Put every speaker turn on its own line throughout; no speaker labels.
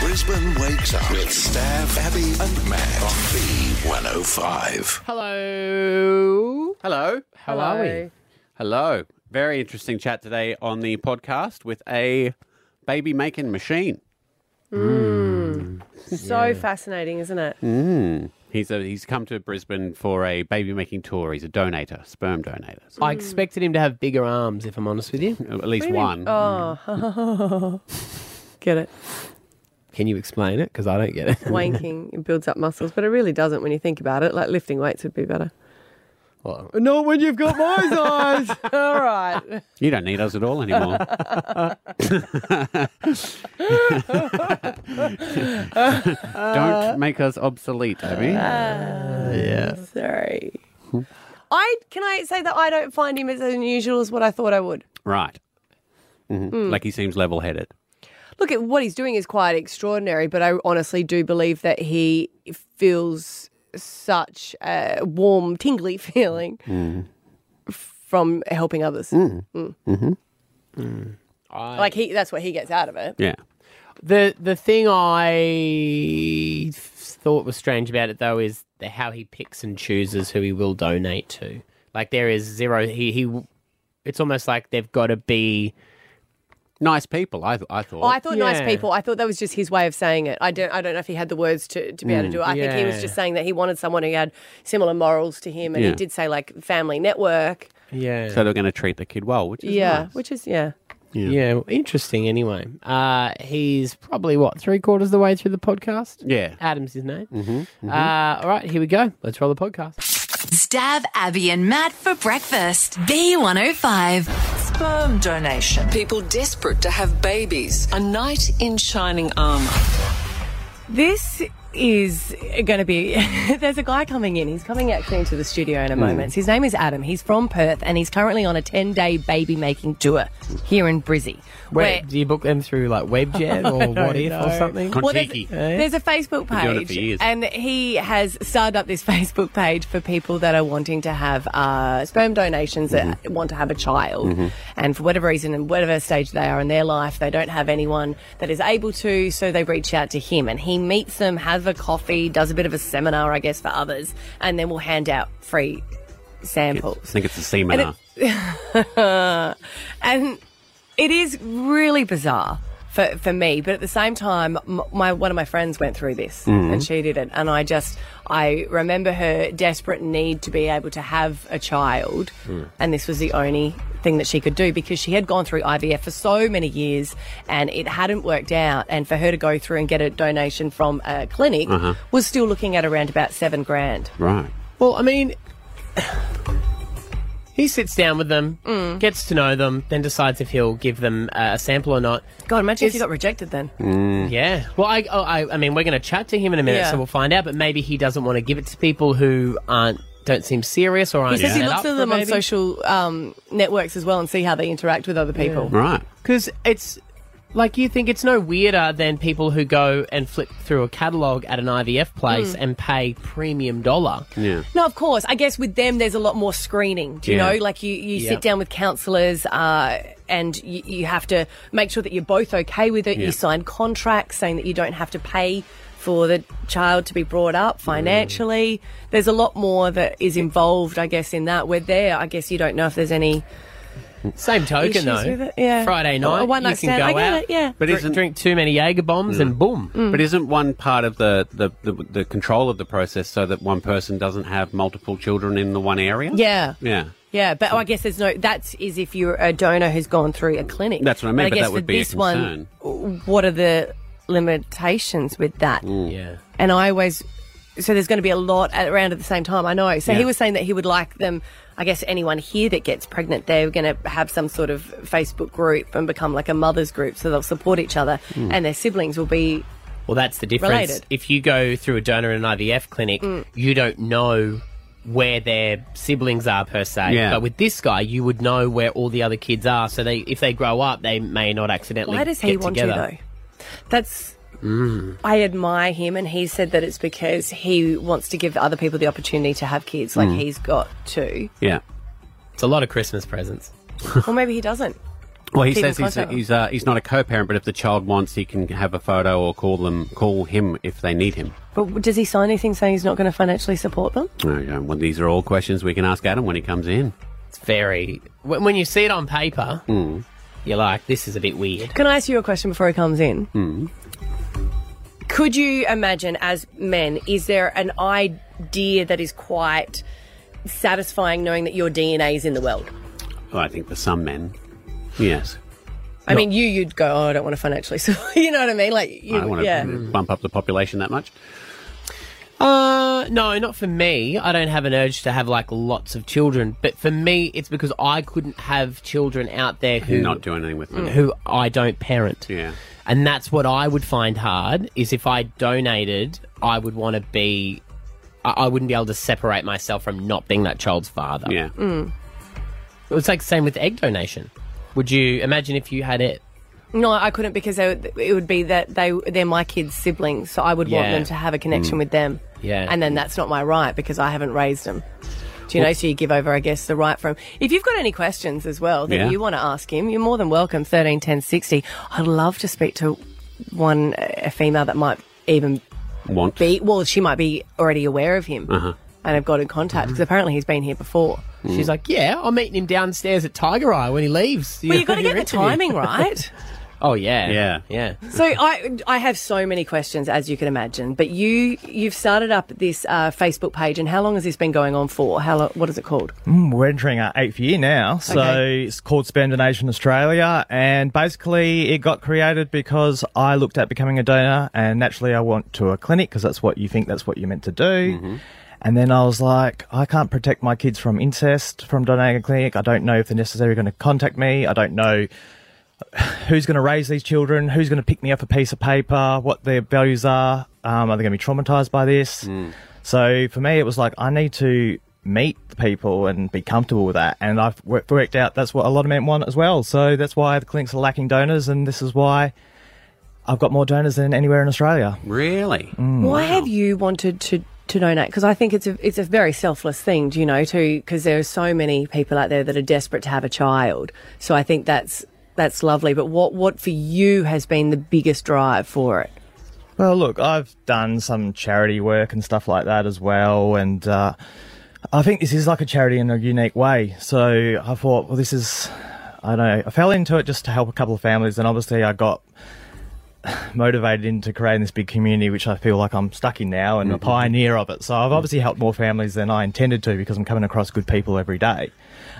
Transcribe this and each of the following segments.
Brisbane wakes up with Staff, Abby, and Matt on B105.
Hello.
Hello. How
Hello.
Hello. Very interesting chat today on the podcast with a baby making machine.
So fascinating, isn't it?
He's a, he's come to Brisbane for a baby making tour. He's a donator, sperm donator. So
I expected him to have bigger arms, if I'm honest with you.
at least one.
Oh, get it.
Can you explain it? Because I don't get it.
Wanking it builds up muscles, but it really doesn't when you think about it. Like lifting weights would be better.
Well, not when you've got my size.
All right.
You don't need us at all anymore. don't make us obsolete, Abby.
Uh. Sorry. I can I say that I don't find him as unusual as what I thought I would.
right. Mhm.
Hmm.
Like he seems level headed.
Look at what he's doing is quite extraordinary, but I honestly do believe that he feels such a warm, tingly feeling from helping others. Mm.
Mm.
Like he, that's what he gets out of it.
Yeah.
the the thing I thought was strange about it though is the, how he picks and chooses who he will donate to. Like there is zero. He he. It's almost like they've got to be.
Nice people, I, th- I thought.
Oh, I thought nice
Yeah.
people. I thought that was just his way of saying it. I don't. I don't know if he had the words to, to be able to do it. I think he was
yeah.
just saying that he wanted someone who had similar morals to him, and he
Yeah.
did say like family network.
Yeah.
so they're going to treat the kid well, which is
yeah,
nice.
which is yeah.
yeah. well, interesting. Anyway, uh, he's probably what three quarters of the way through the podcast.
Yeah.
Adam's his name. Uh, all right, here we go. Let's roll the podcast.
Stab Abby and Matt for breakfast. B105.
Sperm donation. People desperate to have babies. A knight in shining armour.
This is going to be. there's a guy coming in. He's coming actually into the studio in a moment. His name is Adam. He's from Perth, and he's currently on a ten day baby making tour here in Brizzy.
Wait, do you book them through like Webjet or What If or something?
Well, there's,
Contiki.
there's a Facebook
Eh? doing it for
page,
years.
and he has started up this Facebook page for people that are wanting to have uh, sperm donations that
Mm-hmm.
want to have a child, and for whatever reason and whatever stage they are in their life, they don't have anyone that is able to, so they reach out to him, and he meets them, has a coffee, does a bit of a seminar, I guess, for others, and then will hand out free samples.
I think it's a seminar.
and it is really bizarre for, for me but at the same time m- my one of my friends went through this and she did it and i just i remember her desperate need to be able to have a child and this was the only thing that she could do because she had gone through ivf for so many years and it hadn't worked out and for her to go through and get a donation from a clinic was still looking at around about seven grand
Right.
Well, I mean, he sits down with them,
Mm.
gets to know them, then decides if he'll give them uh, a sample or not.
god imagine if you got rejected then
Yeah. Well, I, oh, I, I mean, we're going to chat to him in a minute,
Yeah.
so we'll find out. But maybe he doesn't want to give it to people who aren't don't seem serious or aren't.
Because he
set
looks
up
at
for
them on
maybe.
social um, networks as well and see how they interact with other people.
Right.
Because it's like you think it's no weirder than people who go and flip through a catalogue at an IVF
Mm.
place and pay premium dollar.
Yeah.
No, of course. I guess with them, there's a lot more screening. Do you
Yeah.
know? Like you, you sit
Yep.
down with counsellors, uh, and you, you have to make sure that you're both okay with it.
Yeah.
You sign contracts saying that you don't have to pay for the child to be brought up
Mm.
financially. There's a lot more that is involved, I guess, in that. Where there, I guess you don't know if there's any
Same token
issues
though.
with it. Yeah,
Friday night,
a one
you
night
can
stand.
go
I get
out.
it. Yeah, Mm.
But
Drink,
isn't
drink too many Jager bombs and boom.
Hmm.
But isn't one part of the, the, the, the control of the process so that one person doesn't have multiple children in the one area?
yeah.
Yeah.
Yeah, but I guess there's no. That is if you're a donor who's gone through a clinic.
That's what I mean, but
guess
that would
with
be a
this one. What are the limitations with that?
Mm.
Yeah.
And I always. So there's going to be a lot at- around at the same time. I know. So he
Yeah.
was saying that he would like them. I guess anyone here that gets pregnant, they're going to have some sort of Facebook group and become like a mothers group, so they'll support each other,
Mm.
and their siblings will be
Well, that's the difference.
Related. Mm.
If you go through a donor in an IVF clinic, you don't know where their siblings are per se.
Yeah.
But with this guy, you would know where all the other kids are. So they, if they grow up, they may not accidentally.
Why does he
get
want
together.
to though? That's I admire him, and he said that it's because he wants to give other people the opportunity to have kids,
Mm.
like he's got to,
Yeah.
It's a lot of Christmas presents.
or maybe he doesn't.
Well, he
Keep in
says he's
contact.
he's, uh, he's not a co-parent, but if the child wants, he can have a photo or call them call him if they need him.
But does he sign anything saying he's not going to financially support them?
Okay. Well, these are all questions we can ask Adam when he comes in.
It's very when, when you see it on paper, you're like, this is a bit weird.
Can I ask you a question before he comes in?
Mm.
Could you imagine, as men, is there an idea that is quite satisfying knowing that your DNA is in the world?
Well, I think for some men, yes,
I mean, you, you'd go, oh, I don't want to financially support. You know what I mean? Like, you,
I don't want to
yeah.
bump up the population that much.
Uh, no, not for me. I don't have an urge to have like lots of children, but for me, it's because I couldn't have children out there who
Not do anything with
Mm.
them.
who I don't parent.
Yeah,
and that's what I would find hard is if I donated, I would want to be, I, I wouldn't be able to separate myself from not being that child's father.
Yeah.
It's like the same with egg donation. Would you imagine if you had it?
No, I couldn't because they, would- it would be that they, they're my kids' siblings, so I would want
Yeah.
them to have a connection
Mm.
with them.
Yeah.
And then that's not my right because I haven't raised them. Do you know?
Well-
So you give over, I guess, the right from. If you've got any questions as well that
Yeah.
you want to ask him, you're more than welcome. Thirteen ten sixty. I'd love to speak to one a female that might even
want
be. Well, she might be already aware of him
Uh-huh.
and have got in contact
Mm-hmm.
because apparently he's been here before.
She's like, yeah, I'm meeting him downstairs at Tiger Eye when he leaves.
Well, you got to get the timing right.
oh yeah,
yeah,
yeah.
So I I have so many questions as you can imagine, but you you've started up this uh, Facebook page, and how long has this been going on for? How lo- what is it called?
Mm, we're entering our eighth year now. So
Okay.
it's called Spendonation Australia. And basically, it got created because I looked at becoming a donor. And naturally, I went to a clinic because that's what you think that's what you're meant to do. And then I was like, I can't protect my kids from incest from donating a clinic. I don't know if they're necessarily going to contact me. I don't know who's going to raise these children, who's going to pick me up a piece of paper, what their values are, um, are they going to be traumatized by this? So for me, it was like I need to meet the people and be comfortable with that. And I've wor- worked out that's what a lot of men want as well. So that's why the clinics are lacking donors, and this is why I've got more donors than anywhere in Australia.
Really?
Why have you wanted to? To donate because I think it's a it's a very selfless thing, do you know? To because there are so many people out there that are desperate to have a child, so I think that's that's lovely. But what what for you has been the biggest drive for it?
Well, look, I've done some charity work and stuff like that as well, and uh, I think this is like a charity in a unique way. So I thought, well, this is, I don't know, I fell into it just to help a couple of families, and obviously I got motivated into creating this big community, which I feel like I'm stuck in now and a pioneer of it. So I've obviously helped more families than I intended to because I'm coming across good people every day.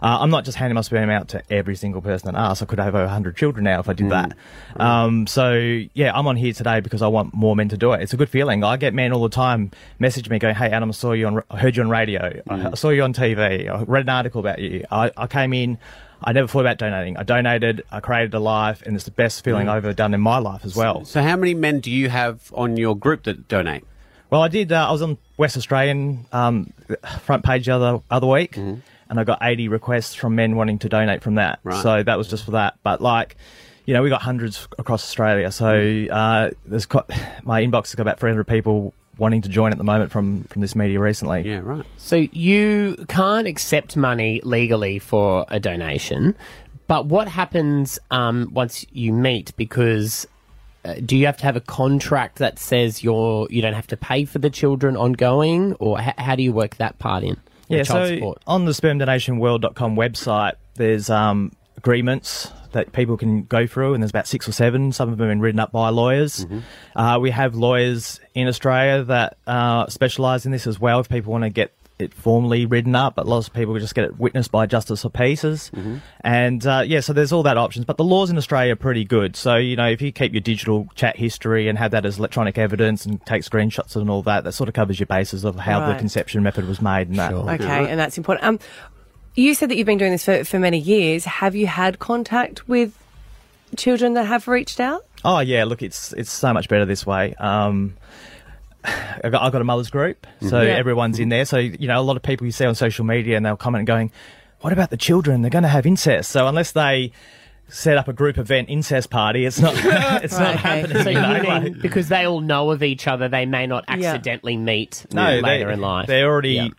Uh, I'm not just handing my sperm out to every single person that asks. I could have over 100 children now if I did that. Um, so yeah, I'm on here today because I want more men to do it. It's a good feeling. I get men all the time message me going, "Hey Adam, I saw you on, I heard you on radio. I- I saw you on TV. I read an article about you. I, I came in." I never thought about donating. I donated, I created a life, and it's the best feeling
Mm.
I've ever done in my life as well.
So, how many men do you have on your group that donate?
Well, I did. Uh, I was on West Australian um, front page the other other week, and I got eighty requests from men wanting to donate from that.
Right.
So that was just for that. But like, you know, we got hundreds across Australia. So uh, there's quite, my inbox has got about three hundred people wanting to join at the moment from from this media recently.
Yeah, right.
So you can't accept money legally for a donation, but what happens um, once you meet? Because uh, do you have to have a contract that says you're you don't have to pay for the children ongoing, or h- how do you work that part in? The
Yeah,
child
so
support.
on the spermdonationworld.com website, there's um, agreements that people can go through, and there's about six or seven. Some of them have been written up by lawyers.
Mm-hmm.
Uh, we have lawyers in Australia that uh, specialise in this as well if people want to get it formally written up, but lots of people just get it witnessed by justice of pieces.
Mm-hmm.
And uh, yeah, so there's all that options. But the laws in Australia are pretty good. So, you know, if you keep your digital chat history and have that as electronic evidence and take screenshots and all that, that sort of covers your bases of how the
Right.
conception method was made and that.
Okay, and that's important. Um, you said that you've been doing this for, for many years. Have you had contact with children that have reached out?
Oh yeah, look, it's it's so much better this way. Um, I got I got a mothers group, so
Mhm. Yeah.
everyone's in there. So you know, a lot of people you see on social media, and they'll comment going, "What about the children? They're going to have incest." So unless they set up a group event incest party, it's not it's not happening.
So
you
you
know, like-
mean because they all know of each other, they may not accidentally meet
no,
later
they,
in life.
They already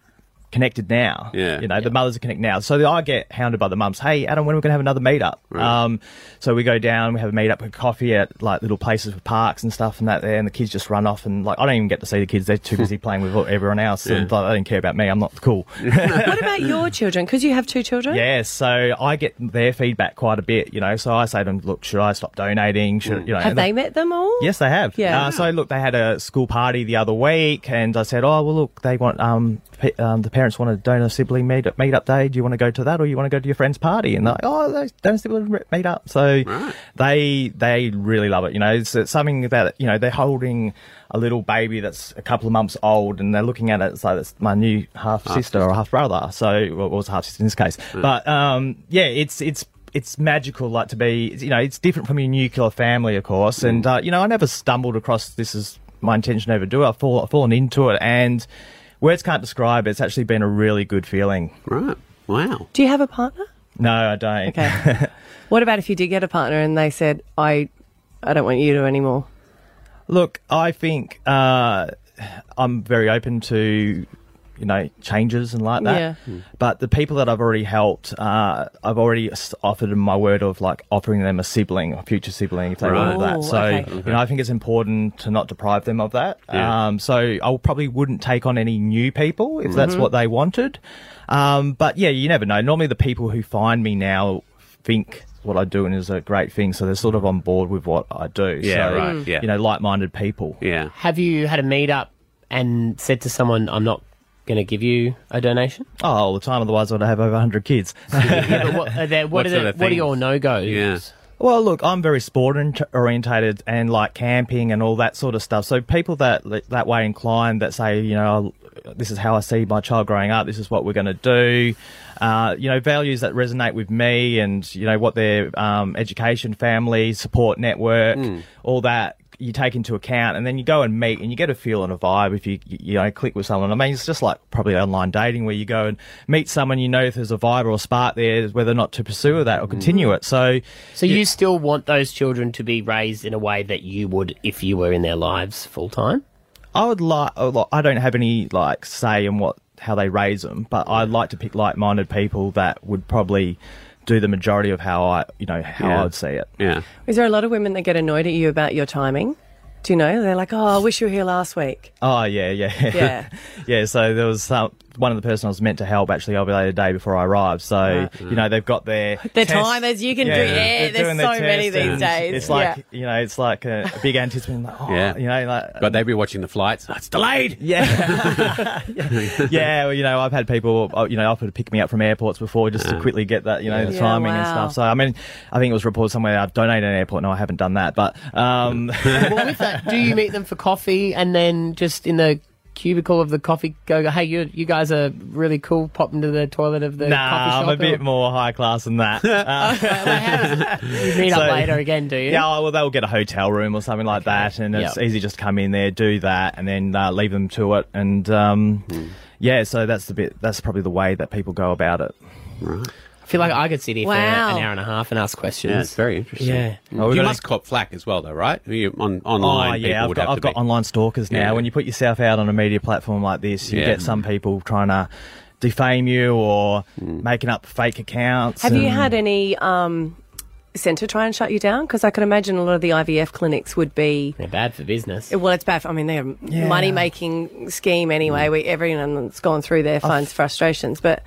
connected now.
Yeah.
You know, the mothers are connected now. So I get hounded by the mums. Hey, Adam, when are we going to have another meetup? Um, so we go down, we have a meetup, we have coffee at like little places with parks and stuff and that there. And the kids just run off and like, I don't even get to see the kids. They're too busy playing with everyone else. And like, they don't care about me. I'm not cool.
What about your children? Because you have two children.
Yeah, so I get their feedback quite a bit, you know. So I say to them, look, should I stop donating? Should, you know,
Have
and they-
they met them all?
Yes, they have.
Yeah.
Uh, so look, they had a school party the other week, and I said, "Oh well, look, they want um, pe- um the parents want to donor sibling meet meet up day. Do you want to go to that, or you want to go to your friend's party?" And they're like, "Oh, they donor sibling re- meet up." So they they really love it. You know, it's, it's something that you know they're holding a little baby that's a couple of months old, and they're looking at it. It's like it's my new half sister or half brother. So well, it was half sister in this case, but um, yeah, it's it's it's magical like to be you know it's different from your nuclear family of course and uh, you know i never stumbled across this is my intention to ever do i've, fall, I've fallen into it and words can't describe it. it's actually been a really good feeling
Right. Wow.
Do you have a partner?
no i don't
Okay. what about if you did get a partner and they said, "I, I don't want you to anymore."
look i think uh, i'm very open to you know changes and like that
Yeah. Hmm.
but the people that i've already helped uh, i've already s- offered them my word of like offering them a sibling a future sibling if they
Right.
wanted that
Oh,
so
okay.
you know i think it's important to not deprive them of that
Yeah. Mm-hmm.
um, so i will- probably wouldn't take on any new people if that's what they wanted um, but yeah you never know normally the people who find me now think what I do and is a great thing, so they're sort of on board with what I do.
Yeah,
so,
right, Mm. yeah.
You know, like-minded people.
Yeah.
Have you had a meetup and said to someone, "I'm not going to give you a donation"?
Oh, all the time. Otherwise, I'd have over 100 kids.
yeah, but what are there, what,
What
are
sort
the-
of
what are your
things?
no goes?
Yeah.
well, look, I'm very sport ent- orientated and like camping and all that sort of stuff. So people that that way inclined that say, you know, "Oh, this is how I see my child growing up. This is what we're going to do. Uh, you know, values that resonate with me and you know what their um, education, family, support network, all that you take into account and then you go and meet and you get a feel and a vibe if you you know click with someone i mean it's just like probably online dating where you go and meet someone you know if there's a vibe or a spark there whether or not to pursue that or continue it so
So you still want those children to be raised in a way that you would if you were in their lives full time?
i would like i don't have any like say in what how they raise them but i'd like to pick like-minded people that would probably do the majority of how i you know how
Yeah.
i would see it
Yeah.
Is there a lot of women that get annoyed at you about your timing? Do you know? They're like, "Oh, I wish you were here last week."
Oh yeah, yeah,
Yeah.
yeah. So there was some, one of the person I was meant to help actually ovulated a day before I arrived. So you know they've got their
Their
test-
timers, you can Ah. do- yeah,
they're
there's
doing their
so many
test
these
and
days,
It's like
yeah.
you know, it's like a, a big anticipation. Like, oh,
Yeah.
you know, like
But they'd be watching the flights. That's delayed.
yeah, yeah. Well, you know, I've had people, uh, you know, offer to pick me up from airports before just to quickly get that, you know, the
Yeah,
timing and
wow.
stuff. So I mean, I think it was reported somewhere I've donated an airport. No, I haven't done that, but um,
well, with that, do you meet them for coffee and then just in the cubicle of the coffee go, go hey, you, you guys are really cool, pop into the toilet of the coffee
nah,
shop?
I'm a
or-
bit more high class than that. Uh,
You meet up
So-
later again, do you?
Yeah, oh, well, they'll get a hotel room or something like that, and it's
Yep.
easy just come in there, do that, and then uh, leave them to it. And um, yeah, so that's the bit. That's probably the way that people go about it.
I feel like I could sit here
Wow.
for an hour and a half and ask
Yeah, it's
questions.
very interesting.
Yeah.
we've
you
got-
must cop flack as well, though, right? You, on online,
oh yeah,
people
I've
would
got,
have
I've
to
got
be.
online stalkers now.
Yeah.
When you put yourself out on a media platform like this, you
Yeah.
get some people trying to defame you or
Hmm.
making up fake accounts.
Have you
and-
had any um, centre try and shut you down? Because I can imagine a lot of the IVF clinics would be.
They're bad for business.
Well, it's bad. For, I mean, they're a money making scheme
Mm.
anyway. Where everyone's gone through their finds frustrations, but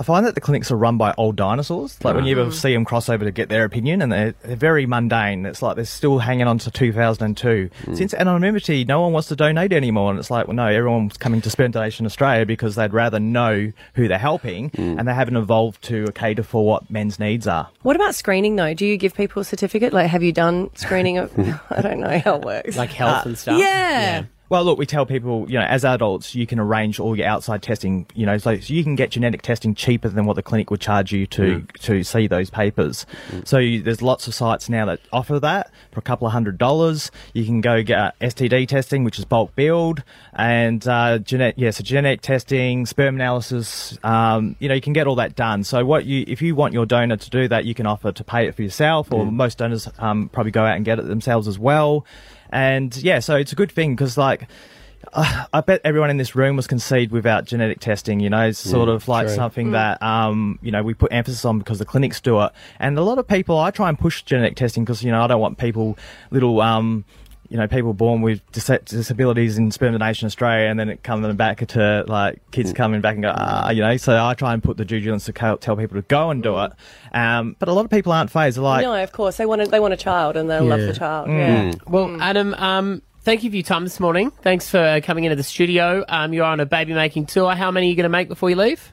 I find that the clinics are run by old dinosaurs. Like when you
Ah.
ever see them cross over to get their opinion, and they're, they're very mundane. It's like they're still hanging on to 2002.
Hmm.
Since anonymity, no one wants to donate anymore, and it's like, well, no, everyone's coming to Sperm Donation Australia because they'd rather know who they're helping,
Hmm.
and they haven't evolved to cater for what men's needs are.
what about screening though? Do you give people a certificate? Like, have you done screening? Of, I don't know how it works.
Like health and stuff.
yeah.
Well, look, we tell people, you know, as adults, you can arrange all your outside testing, you know, so you can get genetic testing cheaper than what the clinic would charge you to to see those papers. So you, there's lots of sites now that offer that for a couple of hundred dollars. You can go get uh, STD testing, which is bulk build, and uh, genetic, yeah, so genetic testing, sperm analysis, um, you know, you can get all that done. So what you, if you want your donor to do that, you can offer to pay it for yourself, or most donors um, probably go out and get it themselves as well and yeah so it's a good thing because like I I bet everyone in this room was conceived without genetic testing. You know, it's sort of like
true.
something that um, you know we put emphasis on because the clinics do it, and a lot of people. I try and push genetic testing because you know I don't want people little. Um, you know, people born with dis- disabilities in sperm donation Australia, and then it coming back to like kids coming back and go, ah, you know. So I try and put the due diligence to co- tell people to go and do it. Um, but a lot of people aren't phased. They're like,
no, of course they want a, they want a child and they will love
Yeah. Mm.
the child. Yeah.
Well, Adam, um, thank you for your time this morning. Thanks for uh, coming into the studio. Um, you're on a baby making tour. How many are you going to make before you leave?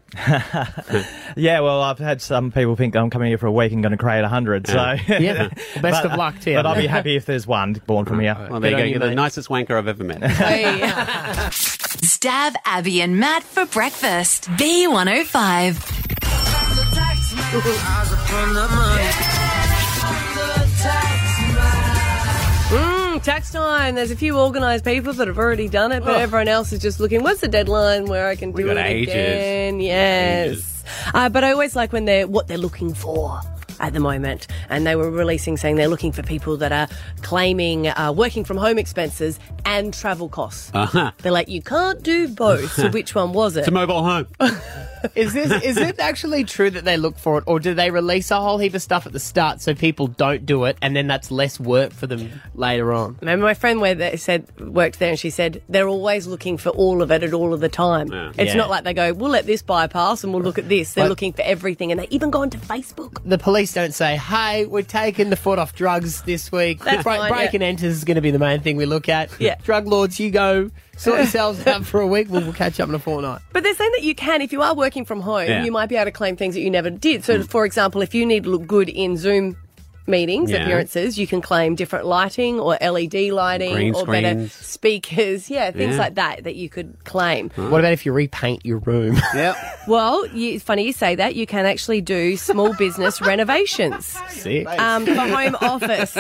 Yeah, well, I've had some people think I'm coming here for a week and going to create a hundred. So
Yeah. Best of luck to you.
But I'll be happy if there's one born from here.
Well, there you go.
Good on you,
You're the
mate.
nicest wanker I've ever met.
Stab Abby and Matt for breakfast. B105.
Mm, tax time. There's a few organised people that have already done it, but everyone else is just looking. What's the deadline where I can do
got
it
ages.
again? Yes. Uh, but I always like when they're what they're looking for at the moment, and they were releasing saying they're looking for people that are claiming uh, working from home expenses and travel costs.
Uh-huh.
They're like, you can't do both. so which one was it?
It's a mobile home.
Is this is it actually true that they look for it, or do they release a whole heap of stuff at the start so people don't do it, and then that's less work for them later on?
Remember my friend where they said worked there, and she said they're always looking for all of it at all of the time. It's
Yeah.
not like they go, we'll let this bypass and we'll look at this. They're looking for everything, and they even go onto Facebook.
The police don't say, "Hey, we're taking the foot off drugs this week."
That's
break
fine,
break
yeah.
and enters is going to be the main thing we look at.
Yeah.
drug lords, you go sort yourselves out for a week. We'll, we'll catch up in a fortnight.
But they're saying that you can, if you are working from home,
Yeah. Mm.
you might be able to claim things that you never did. So, for example, if you need to look good in Zoom meetings,
Yeah.
appearances, you can claim different lighting or LED lighting
Green
or better
screens.
speakers. Yeah, things
Yeah.
like that that you could claim.
What about if you repaint your room?
yep.
Well, you, it's funny you say that. You can actually do small business renovations.
Sick.
um, for home office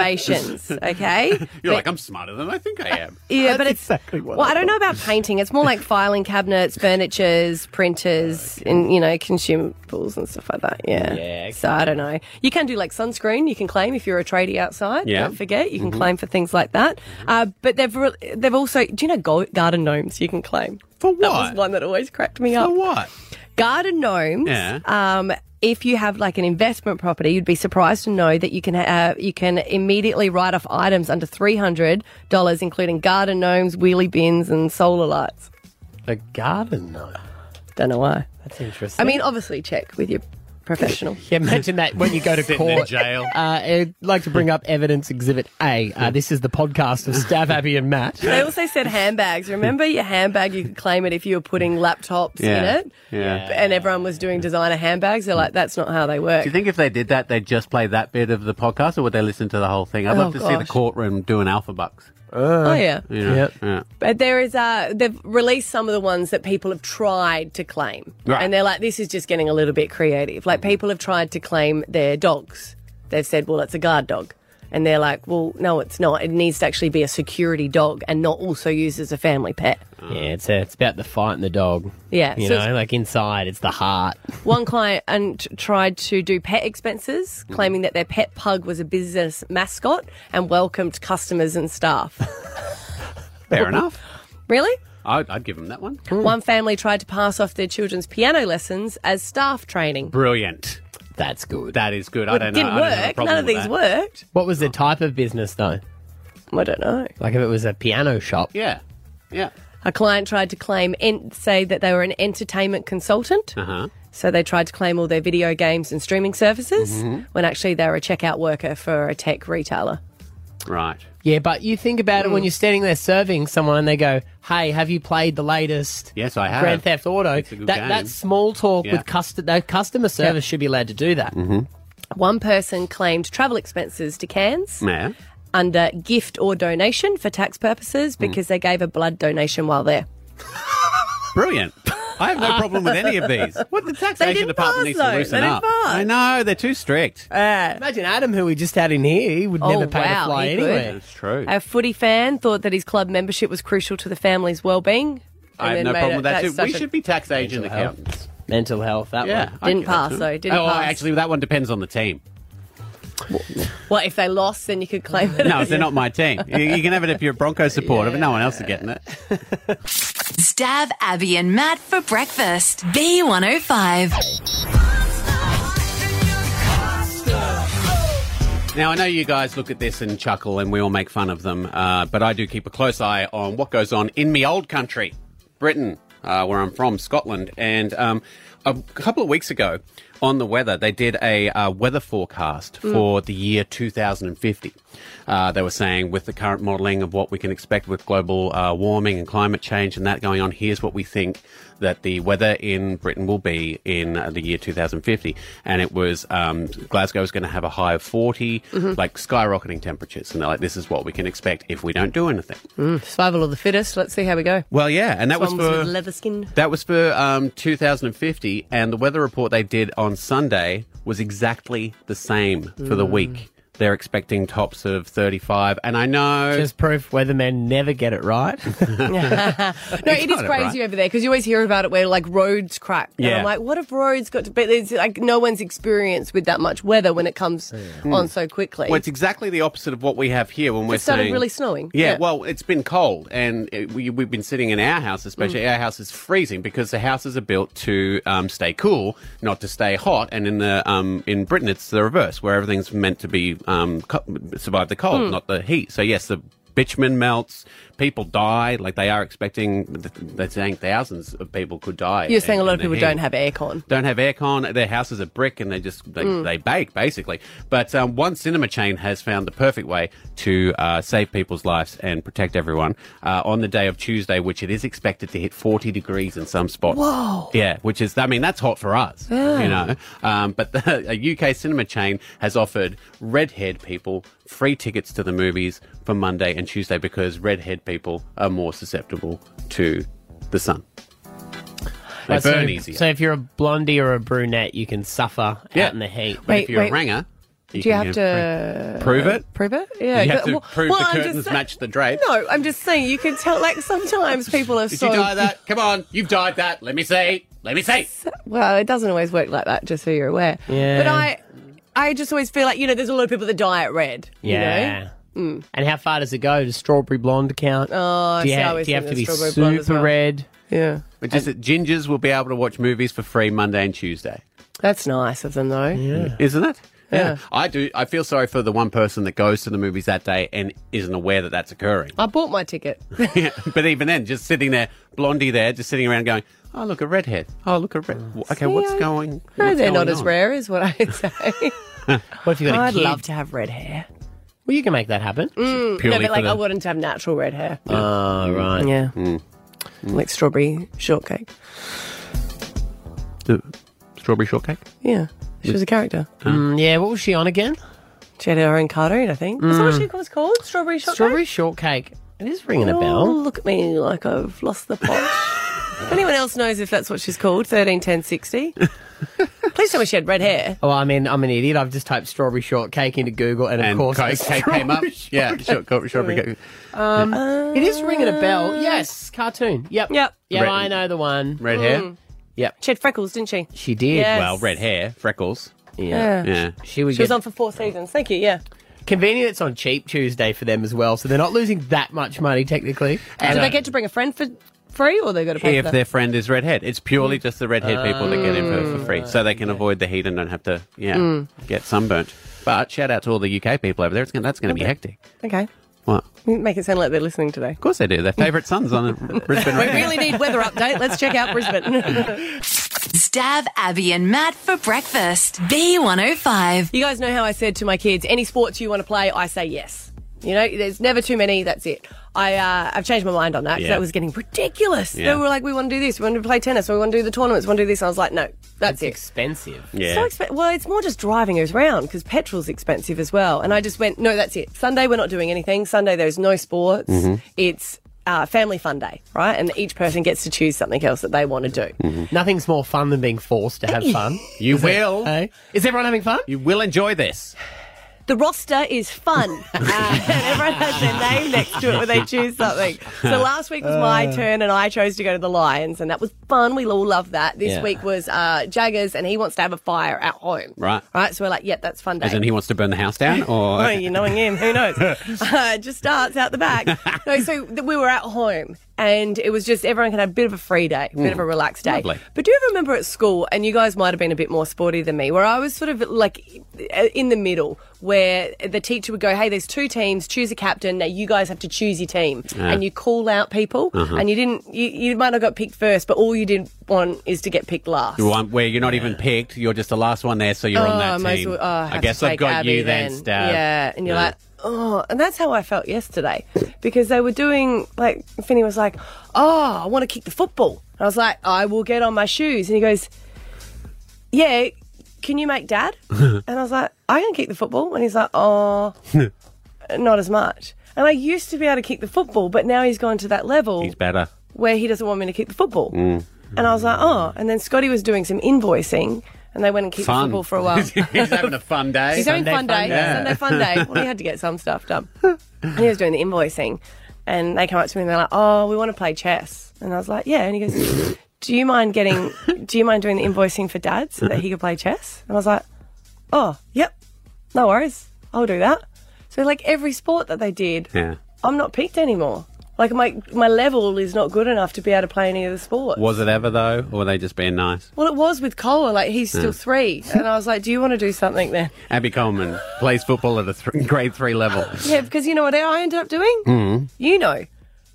renovations. Okay.
You're
But-
like, I'm smarter than I think I am.
yeah, but
That's
it's
exactly what
well.
I
I don't know about painting. It's more like filing cabinets, furnitures, printers, and you know, consumables and stuff like that. Yeah.
Yeah,
So I don't know. You can do like sunscreen. You can claim if you're a tradie outside.
Yeah. Mm-hmm.
Don't forget, you can claim for things like that. Uh, but they've re- they've also do you know go- garden gnomes? You can claim.
For
That was
what?
one that always cracked me up
For what?
garden gnomes.
Yeah.
Um, if you have like an investment property, you'd be surprised to know that you can uh, you can immediately write off items under three hundred dollars, including garden gnomes, wheelie bins, and solar lights.
the garden, though.
Don't know why.
That's interesting.
I mean, obviously, check with your professional.
Yeah, imagine that when you go to
Sitting in
court.
jail.
Uh, I'd like to bring up evidence exhibit A. Uh, this is the podcast of Stav, Abby, and Matt.
they also said handbags. Remember your handbag? You could claim it if you were putting laptops
Yeah.
in it.
Yeah.
And everyone was doing designer handbags. They're like, that's not how they work.
Do you think if they did that, they'd just play that bit of the podcast, or would they listen to the whole thing? I'd
Oh,
love to see the
gosh.
courtroom doing alpha bucks.
oh yeah.
You know?
Yep.
Yeah.
But there is uh they've released some of the ones that people have tried to claim.
Right.
And they're like, this is just getting a little bit creative. Like people have tried to claim their dogs. They've said, well, it's a guard dog. And they're like, well, no, it's not. It needs to actually be a security dog and not also used as a family pet.
Yeah, it's, uh, it's about the fight and the dog.
Yeah,
You
so
know,
it's-
like inside, it's the heart.
One client and t- tried to do pet expenses, claiming that their pet pug was a business mascot and welcomed customers and staff.
Fair enough.
really?
I'd, I'd give them that one.
One family tried to pass off their children's piano lessons as staff training.
Brilliant.
That's good.
That is good. I
Well,
don't
it didn't
know. I don't have a
work.
problem
None of
with
these
that.
worked.
what was the type of business, though?
I don't know.
Like if it was a piano shop.
Yeah. Yeah.
A client tried to claim, en- say that they were an entertainment consultant.
Uh-huh.
So they tried to claim all their video games and streaming services when actually they were a checkout worker for a tech retailer.
Right.
Yeah, but you think about it when
Mm.
you're standing there serving someone and they go, hey, have you played the latest
Yes, I have.
Grand Theft Auto?
It's a good
That,
game.
that small talk
Yeah. Mm-hmm.
with custo- that customer service should be allowed to do that.
One person claimed travel expenses to Cairns
Yeah.
under gift or donation for tax purposes because they gave a blood donation while there.
Brilliant. I have no problem with any of these. What the taxation
didn't
department
pass,
needs
though.
to loosen
They didn't
up.
pass. Uh,
I know they're too strict.
Imagine Adam, who we just had in here, he would
Oh,
never pay
wow,
to fly
he could.
anywhere.
That's true.
A footy fan thought that his club membership was crucial to the family's well-being. and
I have
then
no
made
problem
it-
with that
that's
too. We
such a-
should be taxation
Mental health.
accountants.
Mental health, that
Yeah.
one.
I'd
Didn't
give that
pass,
to them.
though. Didn't
oh,
pass.
actually, that one depends on the team.
Well, if they lost, then you could claim it.
No, they're not my team. You, you can have it if you're a Bronco supporter, but no one else is getting it.
Stab Abby and Matt for breakfast. B105.
Now, I know you guys look at this and chuckle, and we all make fun of them, uh, but I do keep a close eye on what goes on in me old country, Britain, uh, where I'm from, Scotland. And um, a couple of weeks ago on the weather, they did a uh, weather forecast for the year 2050. Uh, they were saying, with the current modelling of what we can expect with global uh, warming and climate change and that going on, here's what we think that the weather in Britain will be in uh, the year 2050. And it was um, Glasgow is going to have a high of 40, like skyrocketing temperatures. And they're like, this is what we can expect if we don't do anything.
Survival of the fittest. Let's see how we go.
Well, yeah. And that was
Swans
for.
with leather skin.
That was for um, 2050, and the weather report they did on Sunday was exactly the same for the week. They're expecting tops of 35, and I know.
Just proof weathermen never get it right.
No, it is
got it,
crazy
right?
over there because you always hear about it where like roads crack. And
Yeah.
I'm like, what have roads got to be? It's like no one's experienced with that much weather when it comes
Hmm.
on so quickly.
well, it's exactly the opposite of what we have here when we're
It started
saying
really snowing.
Yeah,
Yeah.
well, it's been cold, and it, we, we've been sitting in our house, especially
Mm.
our house is freezing because the houses are built to um, stay cool, not to stay hot. And in the um, in Britain, it's the reverse, where everything's meant to be um, co- survive the
Mm.
cold, not the heat. So yes, the bitumen melts, people die. Like they are expecting, they're saying thousands of people could die.
You're saying a
in-
lot
in
of
the
people
heat
don't have aircon.
don't have aircon. Their house is a brick, and they just they, they bake basically. But um, one cinema chain has found the perfect way to uh, save people's lives and protect everyone uh, on the day of Tuesday, which it is expected to hit forty degrees in some spots. Whoa! Yeah, which is I mean that's hot for us, you know. Um, but the, a UK cinema chain has offered redhead people free tickets to the movies for Monday and Tuesday because redhead people are more susceptible to the sun. They
so,
burn easier.
So if you're a blondie or a brunette, you can suffer
Yeah.
out in the heat.
But
Wait,
if you're
wait.
a ringer,
Do you
can
have
get
to
pre- prove it?
prove it? Yeah.
you have to
Well-
prove
well,
the
I'm just
curtains
saying-
match the drapes.
No, I'm just saying you can tell. Like sometimes people are
Did
so
you dye that? Come on, you've dyed that. Let me see. Let me see.
well, it doesn't always work like that, just so you're aware.
Yeah.
But I, I just always feel like you know, there's a lot of people that dye it red. You know?
Yeah.
Hmm.
And how far does it go? Does strawberry blonde count? Oh, do you,
see, I
ha-
always
do you
think
have to
of
be
strawberry
super
blonde as well.
red?
Yeah.
Which is that gingers will be able to watch movies for free Monday and Tuesday,
That's nice of them, though.
isn't it? Yeah. I do. I feel sorry for the one person that goes to the movies that day and isn't aware that that's occurring.
I bought my ticket.
Yeah, but even then, just sitting there, blondie there, just sitting around going, "Oh, look a redhead. Oh, look a red. Okay, what's
I-
going?
No,
what's
they're not
going
as
on?"
rare as what I say.
What if you got a
Oh, I'd
kid?
love to Mm. have red hair.
Well, you can make that happen.
Purely
no, but
for
like
the-
I wouldn't have natural red hair.
Oh, right.
yeah. Mm. Like strawberry shortcake.
the strawberry shortcake.
Yeah. She was a character.
Mm, yeah, what was she on again?
She had her own cartoon, I think. Is that what she was called? Strawberry shortcake?
Strawberry shortcake. It is ringing a
Oh,
bell.
look at me like I've lost the plot. if anyone else knows if that's what she's called, 131060. Please tell me she had red hair.
Oh, I mean, I'm an idiot. I've just typed strawberry shortcake into Google, and of
and
course,
Coke cake came up. Yeah, short, short, short,
Mm.
it is ringing a bell. Yes, cartoon. Yep.
Yep.
Yeah,
Red-
I know the one.
red
Mm.
hair.
She had freckles, didn't she?
She did.
Yes.
Well, red hair, freckles.
Yeah.
Yeah.
She was,
She was
good.
on for four seasons. Thank you, yeah.
Convenient it's on cheap Tuesday for them as well, so they're not losing that much money technically.
Do they get to bring a friend for free or they got to
If
pay for that?
their friend is redhead, it's purely just the redhead people that get in for, for free, so they
Oh.
can avoid the heat and don't have to, yeah,
Mm.
get sunburnt. But shout out to all the UK people over there. It's gonna, that's going to be hectic.
Okay.
What? Of
Make it sound like they're listening today.
course they do. Their favourite son's on the Brisbane.
We
Radio.
really need weather update. Let's check out Brisbane.
Stab Abby and Matt for breakfast. B105.
you guys know how I said to my kids, any sports you want to play, I say yes. You know, there's never too many. That's it. I uh, I've changed my mind on that 'cause
Yeah.
that was getting ridiculous.
Yeah.
They were like, we want to do this, we want to play tennis, we want to do the tournaments, we want to do this. And I was like, no, that's it.
expensive.
yeah.
So exp- well, it's more just driving us around because petrol's expensive as well. And I just went, no, that's it. Sunday, we're not doing anything. Sunday, there's no sports.
Mm-hmm.
It's uh, family fun day, right? And each person gets to choose something else that they want to do.
Mm.
Nothing's more fun than being forced to have fun.
you will.
Hey? Is everyone having fun?
You will enjoy this.
the roster is fun. Uh, and everyone has their name next to it when they choose something. So last week was my
Uh.
turn, and I chose to go to the Lions, and that was fun. We all loved that. This
Yeah.
week was uh, Jaggers, and he wants to have a fire at home.
Right.
Right, so we're like, yep, that's fun day.
As in he wants to burn the house down, or
Oh, you knowing him, who knows? uh, just starts out the back. No, so th- we were at home, and it was just everyone can have a bit of a free day, a bit of a
Mm.
relaxed day.
Lovely.
But do you ever remember at school, and you guys might have been a bit more sporty than me, where I was sort of like uh, in the middle, where the teacher would go, "Hey, there's two teams. Choose a captain. Now you guys have to choose your team."
Yeah.
And you call out people,
Uh-huh.
and you didn't. You, you might not got picked first, but all you did want is to get picked last.
You want- where you're not even picked, you're just the last one there, so you're
Oh,
on that
I might as
team.
well- oh, I have
I
to
guess I've
take
got
Abby
you then,
then.
Stab.
Yeah, and you're
Yeah.
like, oh, and that's how I felt yesterday because they were doing like Finney was like, oh, I want to kick the football. And I was like, I will get on my shoes, and he goes, yeah, can you make dad? and I was like, I can kick the football, and he's like, oh, not as much. And I used to be able to kick the football, but now he's gone to that level
He's better.
where he doesn't want me to kick the football.
Mm.
And I was like, oh. And then Scotty was doing some invoicing, and they went and kicked the
Fun.
football for a while.
He's having a fun day.
He's having fun day.
Yeah.
Sunday fun day. Well, he had to get some stuff done. and he was doing the invoicing. And they come up to me and they're like, oh, we want to play chess. And I was like, yeah. And he goes, do you mind getting, do you mind doing the invoicing for dad so that he could play chess? And I was like, oh, yep. No worries. I'll do that. So, like, every sport that they did,
Yeah.
I'm not peaked anymore. Like, my, my level is not good enough to be able to play any of the sports.
Was it ever though, or were they just being nice?
Well, it was with Cole. Like, he's still
Yeah.
three. And I was like, do you want to do something then?
Abby Coleman plays football at a th- grade three level.
Yeah, because you know what I ended up doing?
Mm.
You know.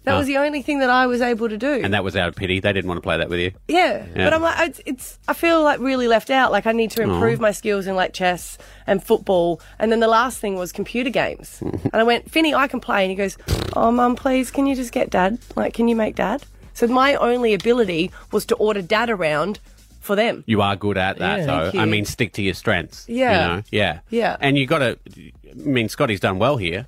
That
Ah.
was the only thing that I was able to do.
And that was out of pity. They didn't want to play that with you.
yeah.
Yeah.
But I'm like, it's, it's, I feel like really left out. Like, I need to improve
Aw.
my skills in like chess and football. And then the last thing was computer games. and I went, Finny, I can play. And he goes, Oh, mum, please, can you just get dad? Like, can you make dad? So my only ability was to order dad around for them.
You are good at that
Yeah. Thank
though. I
you.
mean, stick to your strengths.
Yeah.
You know? Yeah.
Yeah.
And you got to. I mean, Scotty's done well here.